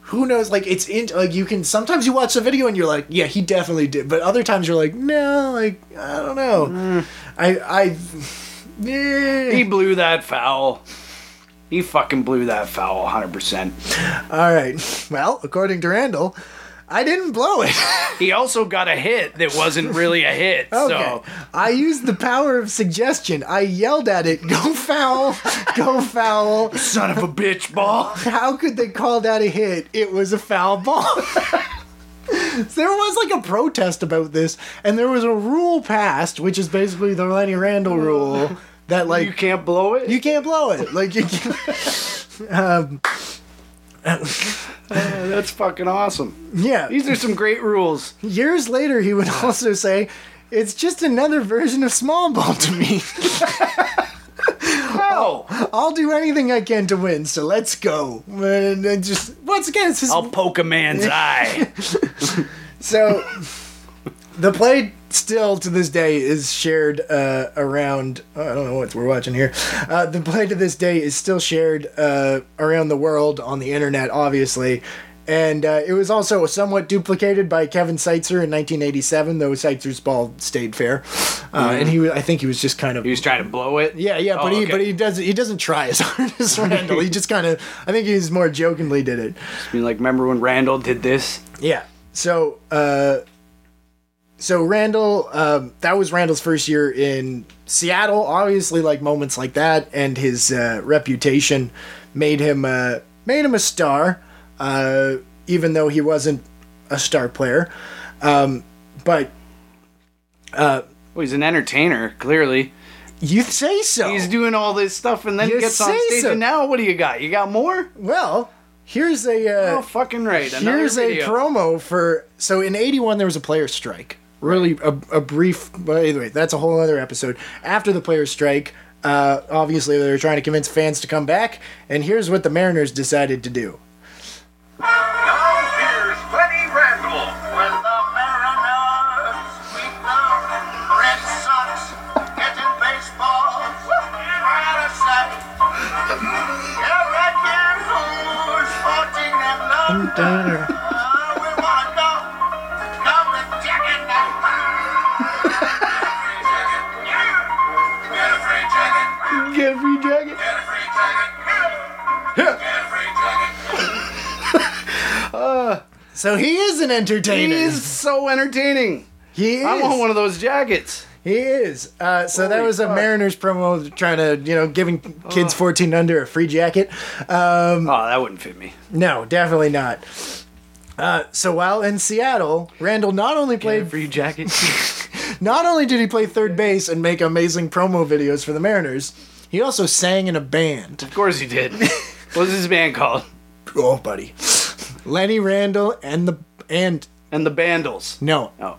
who knows? Like, it's in like you can sometimes you watch the video and you're like, yeah, he definitely did, but other times you're like, no, like I don't know. I I yeah. He blew that foul. He fucking blew that foul 100%. All right. Well, according to Randall, I didn't blow it. He also got a hit that wasn't really a hit. So I used the power of suggestion. I yelled at it, "Go foul, go foul." son of a bitch ball. How could they call that a hit? It was a foul ball. there was like a protest about this, and there was a rule passed, which is basically the Lenny Randall rule that like You can't blow it? you can't blow it. Like you can't. Yeah, that's fucking awesome. yeah. These are some great rules. Years later, he would also say, "It's just another version of small ball to me. Ow! I'll do anything I can to win. So let's go." And then just once again, it's just I'll poke a man's eye. So the play still to this day is shared uh, around. I don't know what we're watching here. Uh, the play to this day is still shared uh, around the world on the internet, obviously. And uh, it was also somewhat duplicated by Kevin Seitzer in 1987, though Seitzer's ball stayed fair, uh, and he wa- I think he was just kind of Mm-hmm. He was trying to blow it? yeah, yeah, Oh, but he okay. but he doesn't he doesn't try as hard as Randall. he just kind of I think he's more jokingly did it. I mean, like, remember when Randall did this? Yeah. So, uh, so Randall, um, that was Randall's first year in Seattle. Obviously, like moments like that and his uh, reputation made him uh, made him a star, uh, even though he wasn't a star player. Um, but Well, he's an entertainer, clearly. you say so. He's doing all this stuff and then You he gets on say stage. so. And now, what do you got? You got more? well, here's a Oh, uh, fucking right. Another here's a video. promo for. So in '81, there was a player strike. Really, a, a brief. But anyway, that's a whole other episode. After the player strike, uh, obviously they were trying to convince fans to come back, and here's what the Mariners decided to do. Now here's Lenny Randall with the Mariners sweep the Red Sox, getting baseball out of sight. Yeah, right here, who's fighting them love? Uh, we wanna go, go to Jack and Get a free jacket. Get a free jacket. Get a free jacket. Get a free jacket. So he is an entertainer. He is so entertaining. He is. I want one of those jackets. He is. Uh, so that Holy was a fuck. Mariners promo trying to, you know, giving kids 14 and under a free jacket. Oh, that wouldn't fit me. No, definitely not. Uh, so while in Seattle, Randall not only Get played a free jacket. Not only did he play third base and make amazing promo videos for the Mariners, he also sang in a band. of course he did. What's his band called? Oh, buddy. Lenny Randall and the and And the Bandles. no, Oh,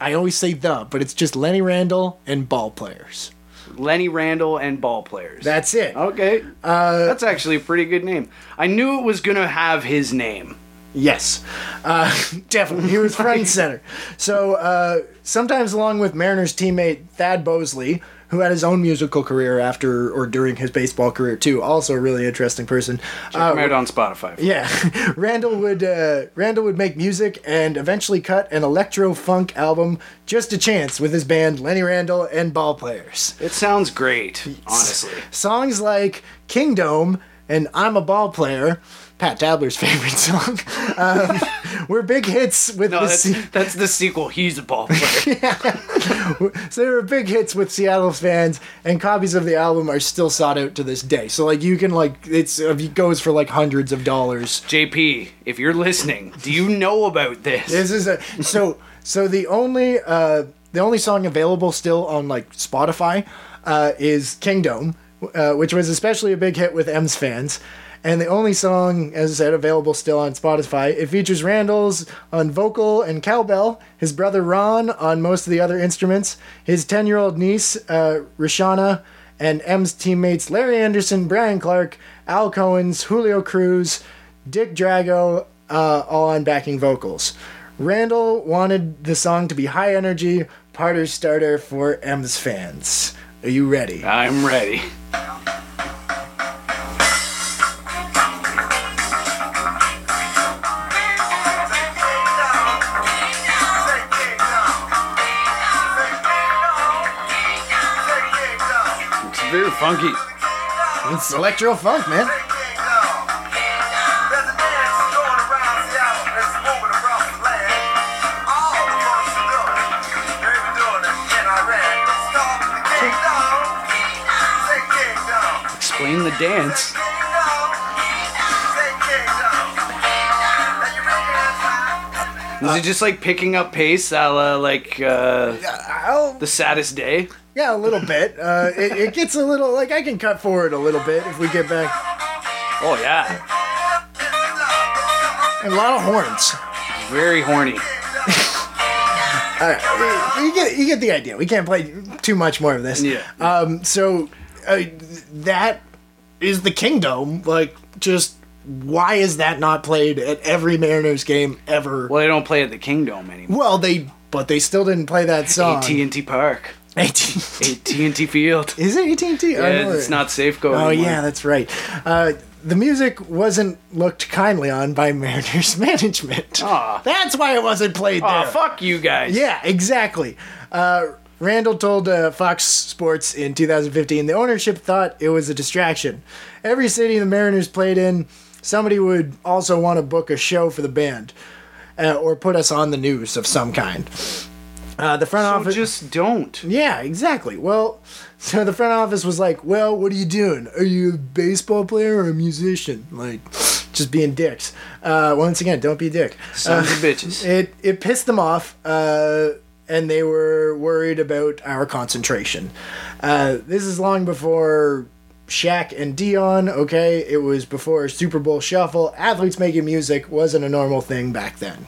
I always say the, but it's just Lenny Randall and ball players. Lenny Randall and ball players. That's it. okay. Uh, That's actually a pretty good name. I knew it was gonna have his name. Yes, uh, definitely. He was front and center. So uh, sometimes, along with Mariners teammate Thad Bosley, who had his own musical career after or during his baseball career too, also a really interesting person. Check Oh. him out on Spotify. Yeah, Randall would uh, Randall would make music and eventually cut an electro funk album, just a chance, with his band Lenny Randall and Ball Players. It sounds great, honestly. Songs like Kingdom and I'm a Ball Player, Pat Tabler's favorite song, um, were big hits with No, the that's, Se- that's the sequel. He's a ball player. so they were big hits with Seattle fans, and copies of the album are still sought out to this day. So like you can like it's it goes for like hundreds of dollars. JP, if you're listening, do you know about this? This is a so so the only uh the only song available still on like Spotify uh is Kingdom, uh, which was especially a big hit with M's fans. and the only song, as I said, available still on Spotify. It features Randall's on vocal and cowbell, his brother Ron on most of the other instruments, his 10 year old niece, uh, Rashana, and M's teammates Larry Anderson, Brian Clark, Al Cohen's, Julio Cruz, Dick Drago, uh, all on backing vocals. Randall wanted the song to be high energy, parter starter for M's fans. Are you ready? I'm ready. It's very funky. It's electro funk, man. Explain the dance. Uh, Is it just like picking up pace, a la like uh, I'll, the saddest day? yeah, a little bit. Uh, it, it gets a little like I can cut forward a little bit if we get back. Oh yeah, And a lot of horns. very horny. All right, you get you get the idea. We can't play too much more of this. Yeah. Um. So uh, th- that is the kingdom. Like, just why is that not played at every Mariners game ever? Well, they don't play at the Kingdom anymore. Well, they but they still didn't play that song. AT&T Park, 18. AT&T Field. Is it AT&T? Yeah, it's not Safeco Oh anymore. yeah, that's right. Uh, the music wasn't looked kindly on by Mariners management. Aw. That's why it wasn't played Aw, there. fuck you guys. Yeah, exactly. Uh, Randall told uh, Fox Sports in 2015 the ownership thought it was a distraction. Every city the Mariners played in, somebody would also want to book a show for the band uh, or put us on the news of some kind. Uh, the front So office. just don't. Yeah, exactly. Well, so the front office was like, "Well, what are you doing? Are you a baseball player or a musician?" Like, just being dicks. Uh, once again, don't be a dick. Uh, Sons of bitches. It it pissed them off, uh, and they were worried about our concentration. Uh, this is long before Shaq and Dion. Okay, it was before Super Bowl Shuffle. Athletes making music wasn't a normal thing back then.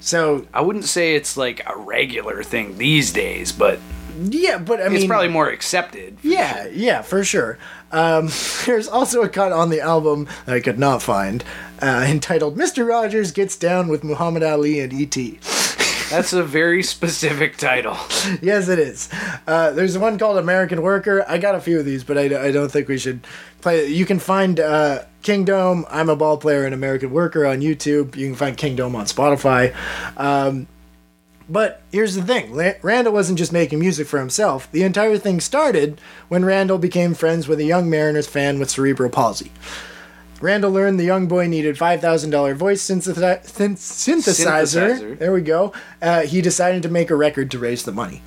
So I wouldn't say it's like a regular thing these days, but yeah, but I mean, it's probably more accepted. Yeah, yeah, for sure. Um, there's also a cut on the album that I could not find uh, entitled Mr. Rogers Gets Down with Muhammad Ali and E E.T. That's a very specific title. yes, it is. Uh, there's one called American Worker. I got a few of these, but I, I don't think we should play it. You can find uh, Kingdom, I'm a Ball Player, and American Worker on YouTube. You can find Kingdom on Spotify. Um, but here's the thing La- Randall wasn't just making music for himself. The entire thing started when Randall became friends with a young Mariners fan with cerebral palsy. Randall learned the young boy needed $5,000 voice synthesi- syn- synthesizer. Synthesizer. There we go. Uh, he decided to make a record to raise the money.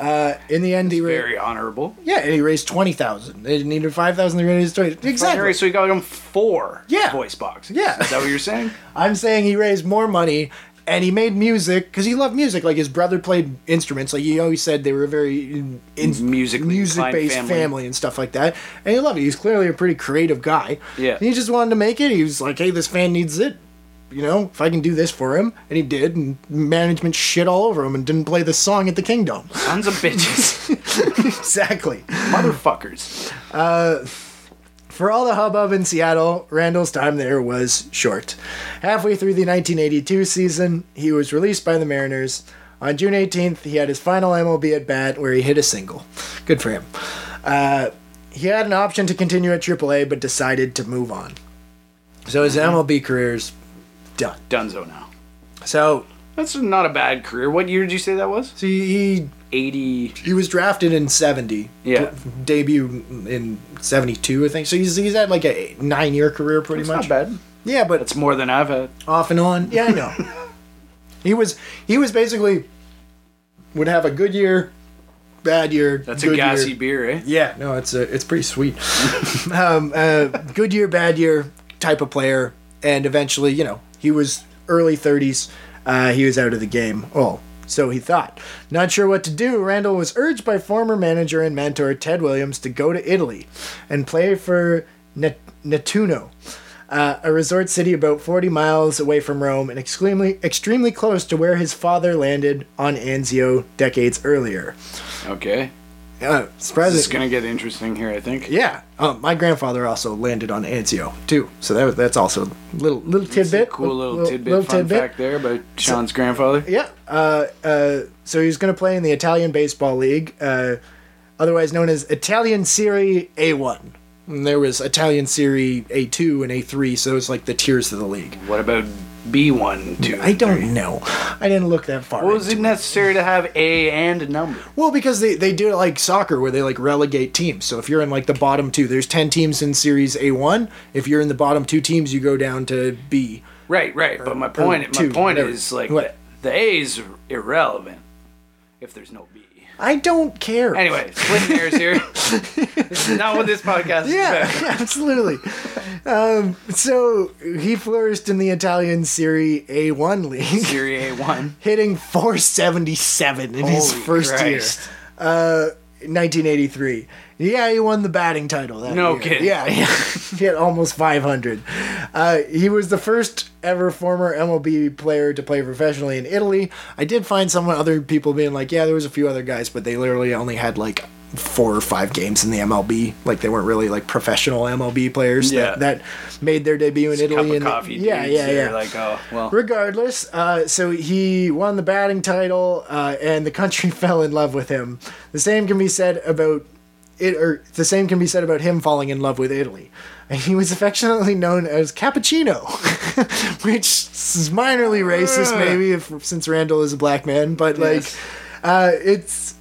Uh, in the end, he raised Very honorable. yeah, and he raised twenty thousand. They needed five thousand. They raised twenty. Exactly. Alright, So you got him four Yeah. voice boxes. Yeah. Is that what you're saying? I'm saying he raised more money and he made music because he loved music. Like his brother played instruments. Like he always said, they were a very in, in, Musically music inclined based family. family. and stuff like that. And he loved it. He's clearly a pretty creative guy. Yeah. And he just wanted to make it. He was like, hey, this fan needs it. You know, if I can do this for him, and he did, and management shit all over him, and didn't play the song at the Kingdom. Sons of bitches. exactly. Motherfuckers. For all the hubbub in Seattle, Randall's time there was short. Halfway through the 1982 season, he was released by the Mariners. On June 18th, he had his final MLB at bat where he hit a single. Good for him. Uh, he had an option to continue at AAA but decided to move on. So his Mm-hmm. MLB career's done. Dunzo now. So, That's not a bad career. What year did you say that was? so he 80. he was drafted in 70. Yeah. Debut in 72, I think. So he's, he's had like a nine year career pretty It's not much. bad. Yeah, but It's more than I've had. off and on. Yeah, I know. he was he was basically would have a good year, bad year. That's good a gassy Year. beer, eh? Yeah, no, it's a, it's pretty sweet. um, uh, good year, bad year type of player, and eventually, you know, he was early thirties. Uh, he was out of the game. Oh. So he thought. Not sure what to do, Randall was urged by former manager and mentor Ted Williams to go to Italy and play for Net- Nettuno, uh, a resort city about 40 miles away from Rome and extremely, extremely close to where his father landed on Anzio decades earlier. Okay. Uh, surprising. This is gonna get interesting here, I think. Yeah, um, my grandfather also landed on Anzio too, so that was, that's also little little tidbit. Cool little, tidbit, fun fact there about Sean's grandfather. Yeah. Uh, uh, so he's going to play in the Italian Baseball League, uh, otherwise known as Italian Serie A1. And there was Italian Serie A2 and A3, so it's like the tiers of the league. What about B one two? I don't know. I didn't look that far. Well, was it into it. necessary to have a and a number? Well, because they, they do it like soccer, where they like relegate teams. So if you're in like the bottom two, there's 10 teams in Series A1. If you're in the bottom two teams, you go down to B. Right, right. But my point, two, my point whatever. is like What? the, the A is irrelevant if there's no B. I don't care. Anyway, splitting hairs here. this is not what this podcast Yeah, is about. absolutely. Um, so he flourished in the Italian Serie A1 league, Serie A one. hitting 477 in his Holy first Christ. year. Uh, 1983. Yeah, he won the batting title that No year. kidding. Yeah, yeah. he had almost 500. Uh, he was the first ever former MLB player to play professionally in Italy. I did find some other people being like, yeah, there was a few other guys, but they literally only had like four or five games in the MLB. Like they weren't really like professional MLB players Yeah. that, that made their debut in Italy. Cup of and coffee. yeah, dudes. yeah, They're yeah. Like oh well. Regardless, uh, so he won the batting title, uh, and the country fell in love with him. The same can be said about it, or the same can be said about him falling in love with Italy. And he was affectionately known as Cappuccino, which is minorly racist, maybe, if, since Randall is a black man. Ah. But Yes. like, uh, it's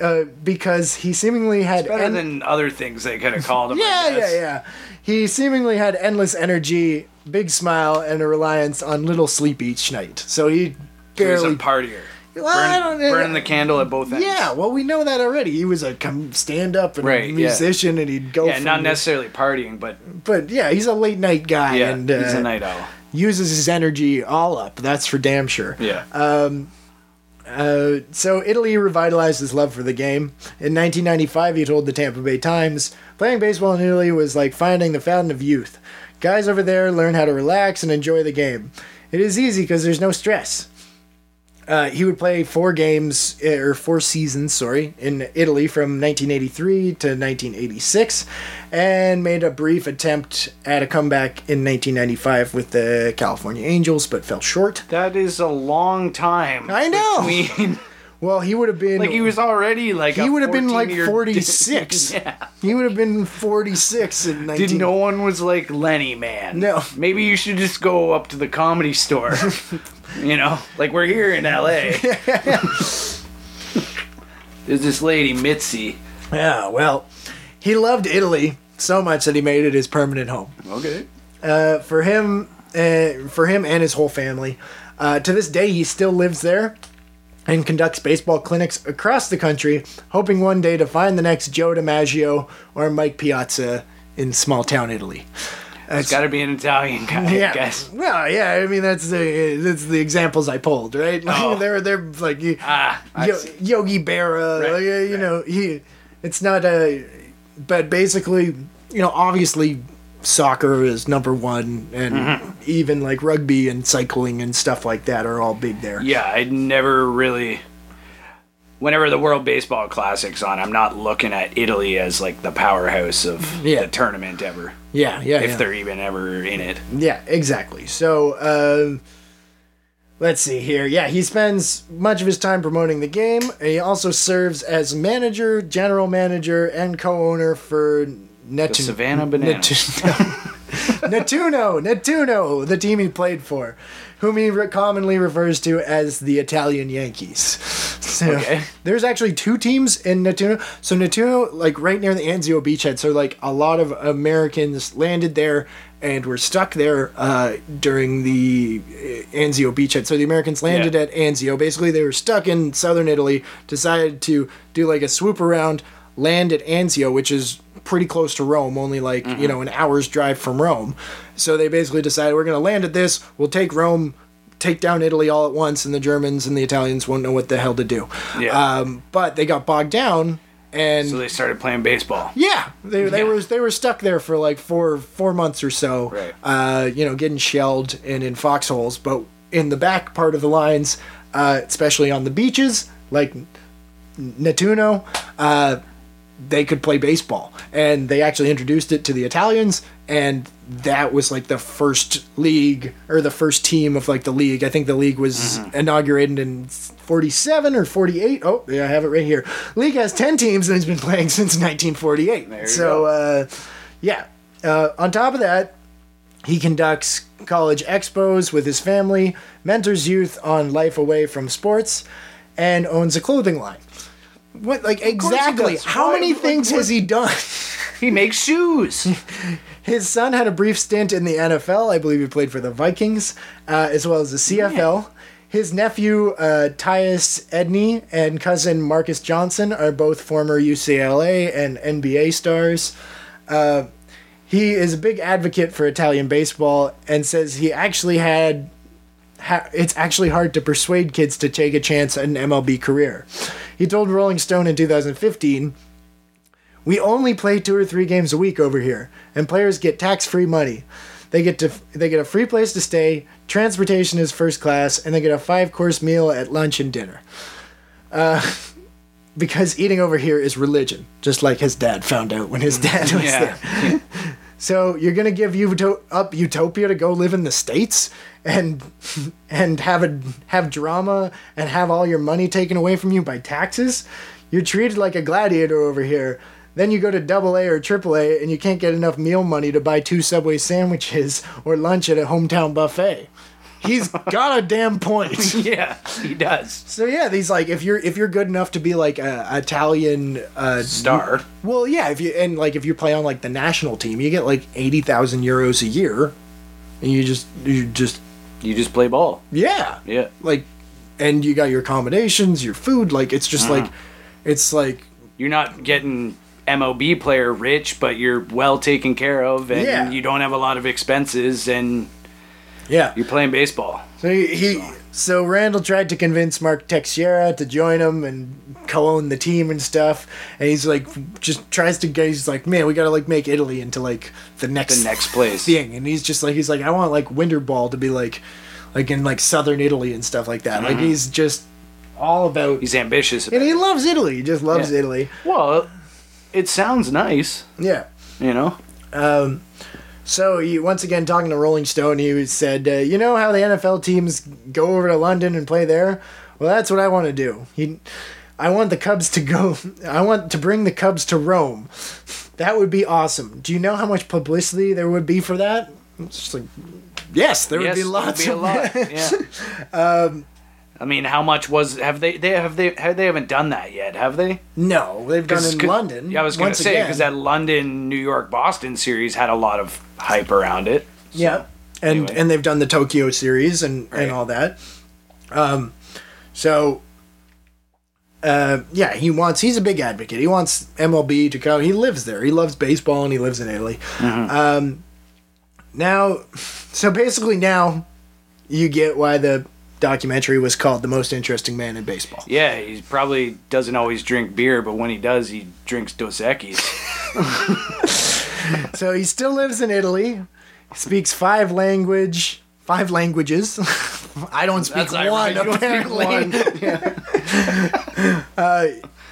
uh, because he seemingly had Better en- than other things they could have called him. I yeah, yeah, guess. yeah. He seemingly had endless energy, big smile, and a reliance on little sleep each night. So he He was a barely. partier. Well, I don't know. burning the candle at both ends. yeah, well, we know that already. He was a com- stand-up and Right, yeah. musician, and he'd go. Yeah, from- not necessarily partying, but But yeah, he's a late night guy, yeah, and uh, he's a night owl. uses his energy all up. That's for damn sure. Yeah. Uh, so Italy revitalized his love for the game. In 1995, he told the Tampa Bay Times, "Playing baseball in Italy was like finding the fountain of youth. Guys over there learn how to relax and enjoy the game. It is easy because there's no stress." Uh, he would play four games eh, or four seasons, sorry, in Italy from 1983 to 1986, and made a brief attempt at a comeback in 1995 with the California Angels, but fell short. that is a long time. I know. between- Well, he would have been like he was already like he a would have been like 14-year 46. He would have been 46 in 19. Did no one was like Lenny man? No. Maybe you should just go up to the comedy store. you know, like we're here in L.A. There's this lady Mitzi. Yeah, well, he loved Italy so much that he made it his permanent home. Okay. Uh, for him, uh, for him and his whole family. Uh, to this day, he still lives there and conducts baseball clinics across the country, hoping one day to find the next Joe DiMaggio or Mike Piazza in small town Italy. It's got to be an Italian guy, yeah. I guess. Well, yeah. I mean, that's the uh, that's the examples I pulled, right? Like, Oh. They're they're like you, Ah, I Yo- see. Yogi Berra, Right, like, uh, you know, he. It's not a, but basically, you know, obviously, soccer is number one, and Mm-hmm. even like rugby and cycling and stuff like that are all big there. Yeah, I never really. Whenever the World Baseball Classic's on, I'm not looking at Italy as like the powerhouse of Yeah. the tournament ever, yeah, yeah. if yeah. they're even ever in it. Yeah, exactly. So, um, let's see here. Yeah, he spends much of his time promoting the game. He also serves as manager, general manager, and co-owner for Net- The Savannah Bananas. Nettuno, Nettuno, the team he played for, whom he re- commonly refers to as the Italian Yankees. So Okay. there's actually two teams in Nettuno. So Nettuno, like right near the Anzio beachhead, so like a lot of Americans landed there and were stuck there uh, during the uh, Anzio beachhead. So the Americans landed Yeah. at Anzio. Basically, they were stuck in southern Italy. Decided to do like a swoop around, land at Anzio, which is pretty close to Rome, only like you know an hour's drive from Rome. So they basically decided we're gonna land at this. We'll take Rome, take down Italy all at once, and the Germans and the Italians won't know what the hell to do. Yeah. Um, but they got bogged down and So they started playing baseball. yeah, they, they Yeah. were they were stuck there for like four four months or so. Right. Uh, you know, getting shelled and in foxholes, but in the back part of the lines, uh, especially on the beaches, like N- Natuno, uh, they could play baseball, and they actually introduced it to the Italians, and that was like the first league or the first team of like the league. I think the league was Mm-hmm. inaugurated in 47 or 48. Oh, yeah, I have it right here. League has 10 teams and has been playing since 1948. you so, go. uh, yeah. Uh, on top of that, he conducts college expos with his family, mentors youth on life away from sports, and owns a clothing line. What, like course he exactly? does. How Why- many like, things what- has he done? He makes shoes. His son had a brief stint in the NFL. I believe he played for the Vikings, uh, as well as the CFL. His nephew, uh, Tyus Edney, and cousin Marcus Johnson are both former UCLA and NBA stars. Uh, he is a big advocate for Italian baseball and says he actually had. Ha- it's actually hard to persuade kids to take a chance at an MLB career. He told Rolling Stone in 2015. We only play two or three games a week over here, and players get tax-free money. They get to they get a free place to stay, transportation is first class, and they get a five-course meal at lunch and dinner. Uh, because eating over here is religion, just like his dad found out when his dad was Yeah. there. So you're gonna give Uto- up Utopia to go live in the states and and have a have drama and have all your money taken away from you by taxes? You're treated like a gladiator over here. Then you go to double A or triple A and you can't get enough meal money to buy two Subway sandwiches or lunch at a hometown buffet. He's got a damn point. yeah, he does. So yeah, these like if you're if you're good enough to be like a Italian uh, Star. well, yeah, if you and like if you play on like the national team, you get like eighty thousand euros a year, and you just you just You just play ball. yeah Yeah. like, and you got your accommodations, your food, like it's just like, it's like You're not getting MLB player rich, but you're well taken care of, and Yeah. you don't have a lot of expenses, and yeah. you're playing baseball. So he, he so Randall tried to convince Mark Texiera to join him and co-own the team and stuff, and he's like just tries to get he's like man we gotta like make Italy into like the next The next place. thing, and he's just like he's like I want like Winterball to be like like in like southern Italy and stuff like that. Like he's just all about Mm-hmm. He's ambitious. About and he it. loves Italy. He just loves Yeah. Italy. Well, it sounds nice, Yeah. you know. Um, So he, once again, talking to Rolling Stone, he was- said, uh, "You know how the NFL teams go over to London and play there? Well, that's what I want to do. He, I want the Cubs to go. I want to bring the Cubs to Rome. That would be awesome. Do you know how much publicity there would be for that? It's just like, yes, there Yes, would be lots it'd of lot. Yeah. um, I mean, how much was have they? They have they have they haven't done that yet, have they? No, they've done 'Cause- in 'cause- London. Yeah, I was gonna once say again. because that London, New York, Boston series had a lot of hype around it. Yeah. And anyway. and they've done the Tokyo series and Right. and all that. Um so uh yeah, he wants he's a big advocate. He wants MLB to come. He lives there. He loves baseball and he lives in Italy. Mm-hmm. Um now so basically now you get why the documentary was called The Most Interesting Man in Baseball. Yeah, he probably doesn't always drink beer, but when he does, he drinks Dos Equis. So he still lives in Italy. Speaks five language, five languages. I don't speak That's one ironic. You don't speak apparently. uh,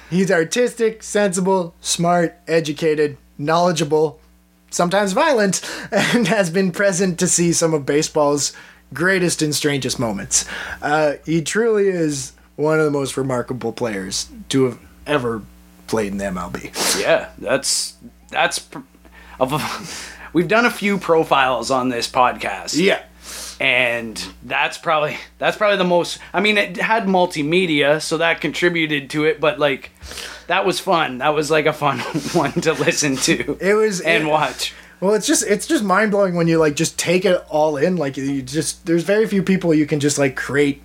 he's artistic, sensible, smart, educated, knowledgeable, sometimes violent, and has been present to see some of baseball's greatest and strangest moments. Uh, he truly is one of the most remarkable players to have ever played in the MLB. yeah, that's that's. pr- Of a- we've done a few profiles on this podcast. Yeah. and that's probably that's probably the most i mean it had multimedia so that contributed to it but like that was fun that was like a fun one to listen to It was and it- watch Well, it's just it's just mind blowing when you like just take it all in. Like you just there's very few people you can just like create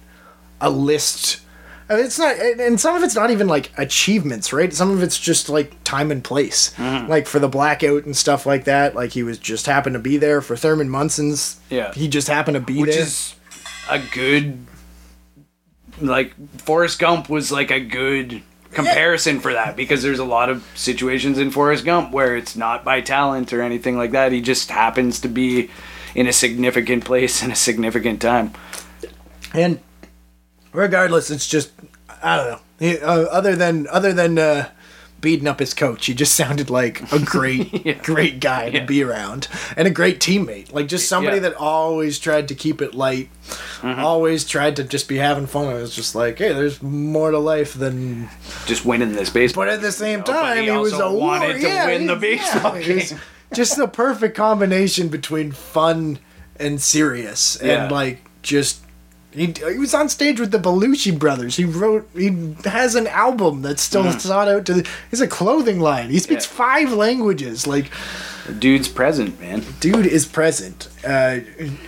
a list. And it's not, and and some of it's not even like achievements, right? Some of it's just like time and place, Mm-hmm. like for the blackout and stuff like that. Like he was just happened to be there for Thurman Munson's. Yeah. he just happened to be which there. is a good like forrest gump was like a good comparison for that because there's a lot of situations in Forrest Gump where it's not by talent or anything like that. He just happens to be in a significant place in a significant time. And regardless, it's just I don't know. He, uh, other than other than uh, beating up his coach, he just sounded like a great great guy to be around and a great teammate. Like just somebody Yeah. that always tried to keep it light, always tried to just be having fun. It was just like, hey, there's more to life than. Just winning this baseball. But at the same but time, he he, was also a wanted warrior. to yeah, win the he- baseball yeah, he was Just the perfect combination between fun and serious, Yeah. and like just he, he was on stage with the Belushi brothers. He wrote. He has an album that's still sought out to. The, he's a clothing line. He speaks Mm. Yeah. five languages. Like, Dude's present, man. dude is present. Uh,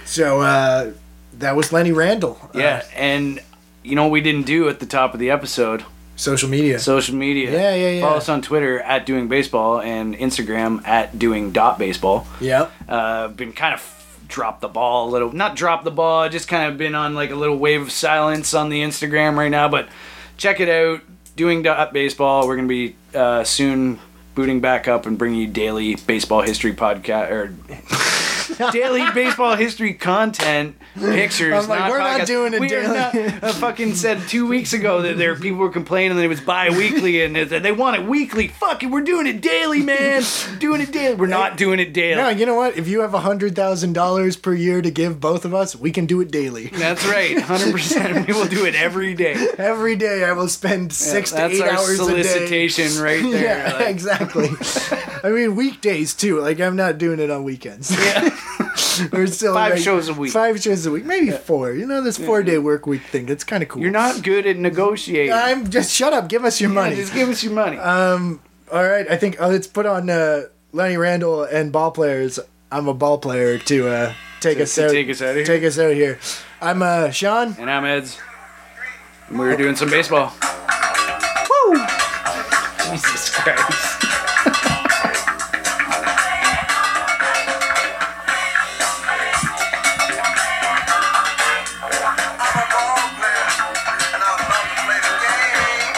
so uh, that was Lenny Randall. uh, Yeah, and you know what we didn't do at the top of the episode? social media. Social media. Yeah, yeah, yeah. Follow us on Twitter at doing baseball and Instagram at doing dot baseball. yeah. uh, been kind of dropped the ball a little not dropped the ball just kind of been on like a little wave of silence on the instagram right now but check it out doing dot baseball we're gonna be uh, soon booting back up and bringing you daily baseball history podcast or daily baseball history content pictures I'm like, we're not podcasts. doing a we are daily- not- I fucking said two weeks ago that there people were complaining that it was bi-weekly and that they want it weekly fuck it we're doing it daily man doing it daily we're not doing it daily No, you know what? If you have hundred thousand dollars per year to give both of us, we can do it daily. That's right, hundred percent. We will do it every day. Every day, I will spend six to That's eight our hours solicitation a day. right there. yeah, like, exactly. I mean, weekdays too. Like I'm not doing it on weekends. yeah. We're still Five like, shows a week. Five shows a week, maybe four. You know this four day work week thing. That's kind of cool. You're not good at negotiating. I'm just shut up. Give us your Yeah, money. Uh, Um, Just give us your money. All right, I think uh, let's put on uh, Lenny Randall and ball players. I'm a ball player to uh, take us to out. take us out of here. Take us out of here. I'm uh, Sean. and I'm Ed's. And we were doing some baseball. Woo! Jesus Christ. I'm a ball player, and I love to play the game.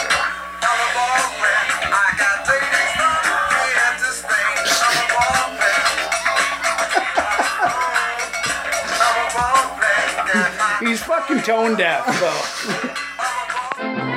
I'm a ball player, I got ladies from here to Spain. I'm a ball player. I'm a ball player, and I He's fucking tone deaf, though. I'm a ball player.